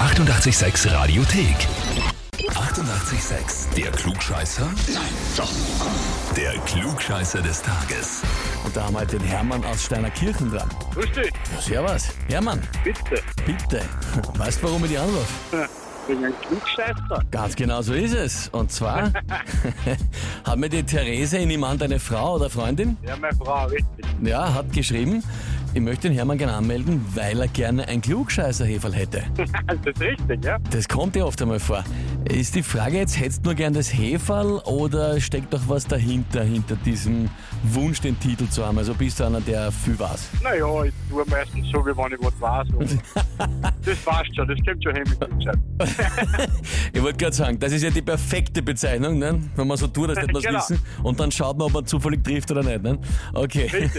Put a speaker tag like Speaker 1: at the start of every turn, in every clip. Speaker 1: 886 Radiothek. 88,6. Der Klugscheißer? Nein, doch. Der Klugscheißer des Tages.
Speaker 2: Und da haben wir halt den Hermann aus Steinerkirchen dran.
Speaker 3: Grüß dich,
Speaker 2: Ja, servus. Hermann,
Speaker 3: bitte.
Speaker 2: bitte. Weißt du, warum ich dich anrufe?
Speaker 3: Ich bin ein Klugscheißer.
Speaker 2: Ganz genau so ist es. Und zwar hat mir die Therese in jemand, deine Frau oder Freundin,
Speaker 3: Ja, meine Frau, richtig.
Speaker 2: ja, hat geschrieben, ich möchte den Hermann gerne anmelden, weil er gerne ein Klugscheißerheferl hätte.
Speaker 3: Das ist richtig, ja?
Speaker 2: Das kommt ja oft einmal vor. Ist die Frage jetzt, hättest du nur gern das Heferl oder steckt doch was dahinter, hinter diesem Wunsch, den Titel zu haben? Also bist du einer, der viel weiß.
Speaker 3: Naja, ich tue meistens so, wie wenn ich was weiß. aber Das passt schon, das kommt schon hin mit Klugscheißer.
Speaker 2: Ich wollte gerade sagen, das ist ja die perfekte Bezeichnung, ne? wenn man so tut, als hätte man es
Speaker 3: Genau.
Speaker 2: wissen. Und dann schaut man, ob man zufällig trifft oder nicht. Ne? Okay.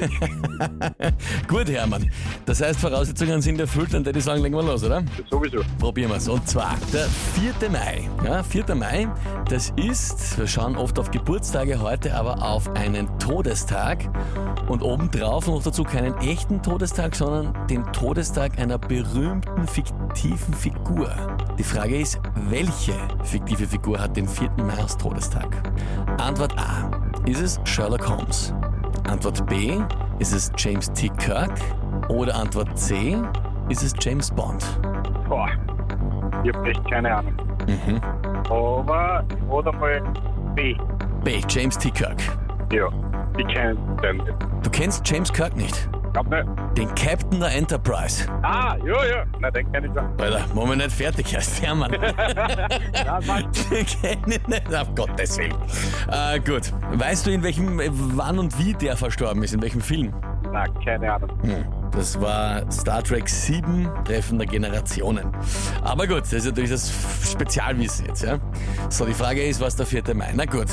Speaker 2: Gut, Hermann. Das heißt, Voraussetzungen sind erfüllt, dann würde ich sagen, legen wir los, oder?
Speaker 3: Sowieso.
Speaker 2: Probieren wir es. Und zwar der 4. Mai. Ja, 4. Mai, das ist, wir schauen oft auf Geburtstage heute, aber auf einen Todestag. Und obendrauf noch dazu keinen echten Todestag, sondern den Todestag einer berühmten fiktiven Figur. Die Frage ist, welche fiktive Figur hat den 4. Mai als Todestag? Antwort A. Ist es Sherlock Holmes? Antwort B. Ist es James T. Kirk? Oder Antwort C. Ist es James Bond?
Speaker 3: Boah, ich hab echt keine Ahnung. Mhm. Aber, oder mal B.
Speaker 2: B. James T. Kirk.
Speaker 3: Ja, ich kenne den nicht.
Speaker 2: Du kennst James Kirk nicht.
Speaker 3: Glaub nicht.
Speaker 2: Den Captain der Enterprise.
Speaker 3: Ah, ja, ja. Nein, den kenn ich schon.
Speaker 2: Alter, wo man nicht fertig heißt, Hermann.
Speaker 3: Ja, Mann.
Speaker 2: Den kenn ich nicht, auf Gottes Willen. Äh, gut. Weißt du, in welchem, äh, wann und wie der verstorben ist? In welchem Film?
Speaker 3: Nein, keine Ahnung.
Speaker 2: Hm, Das war Star Trek 7, Treffen der Generationen. Aber gut, das ist natürlich das Spezialwissen jetzt, ja? So, die Frage ist, was der 4. Mai? Na gut.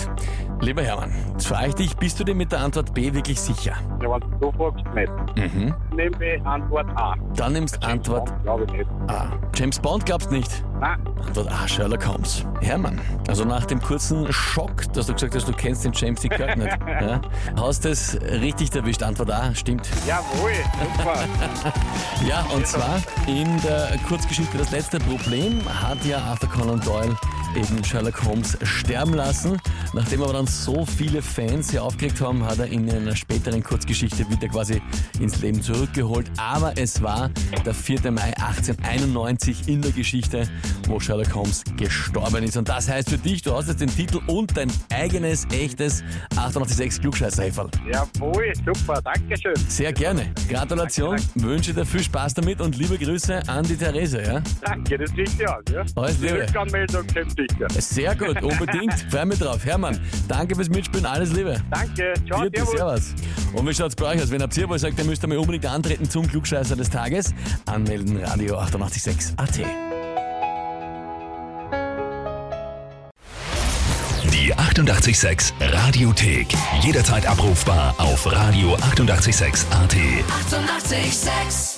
Speaker 2: Lieber Hermann, jetzt frage ich dich, bist du dir mit der Antwort B wirklich sicher?
Speaker 3: Ja, wenn du so fragst, nicht.
Speaker 2: Mhm.
Speaker 3: Nehmen wir Antwort A.
Speaker 2: Dann nimmst Antwort
Speaker 3: Glaube ich nicht.
Speaker 2: A. Ah, James Bond gab's nicht.
Speaker 3: Nein,
Speaker 2: Antwort A, Sherlock Holmes. Hermann, also nach dem kurzen Schock, dass du gesagt hast, du kennst den James D. Kirk nicht, ja, hast es richtig erwischt. Antwort A, stimmt.
Speaker 3: jawohl. Super.
Speaker 2: Ja, und zwar in der Kurzgeschichte Das letzte Problem hat ja Arthur Conan Doyle eben Sherlock Holmes sterben lassen. Nachdem aber dann so viele Fans hier aufgeregt haben, hat er ihn in einer späteren Kurzgeschichte wieder quasi ins Leben zurückgeholt. Aber es war der 4. Mai 1891 in der Geschichte, wo Sherlock Holmes gestorben ist. Und das heißt für dich, du hast jetzt den Titel und dein eigenes, echtes 886 Klugscheißerheferl.
Speaker 3: Jawohl, super, danke schön.
Speaker 2: Sehr gerne. Gratulation.
Speaker 3: Danke,
Speaker 2: Wünsche dir viel Spaß damit und liebe Grüße an die Therese. Ja?
Speaker 3: Danke, das liegt ja an, ja?
Speaker 2: Alles
Speaker 3: Die
Speaker 2: Liebe.
Speaker 3: Rückanmeldung kommt sicher.
Speaker 2: Sehr gut, unbedingt. Freue mich drauf. Hermann, danke fürs Mitspielen. Alles Liebe.
Speaker 3: Danke, ciao,
Speaker 2: Vierte,
Speaker 3: servus.
Speaker 2: servus. Und wie schaut's bei euch aus? Wenn habt ihr wohl sagt, ihr müsst einmal unbedingt antreten zum Klugscheißer des Tages, anmelden Radio 886 AT.
Speaker 1: Die 88,6 Radiothek. Jederzeit abrufbar auf radio886.at. 88,6.
Speaker 4: Eighty-eight, sex.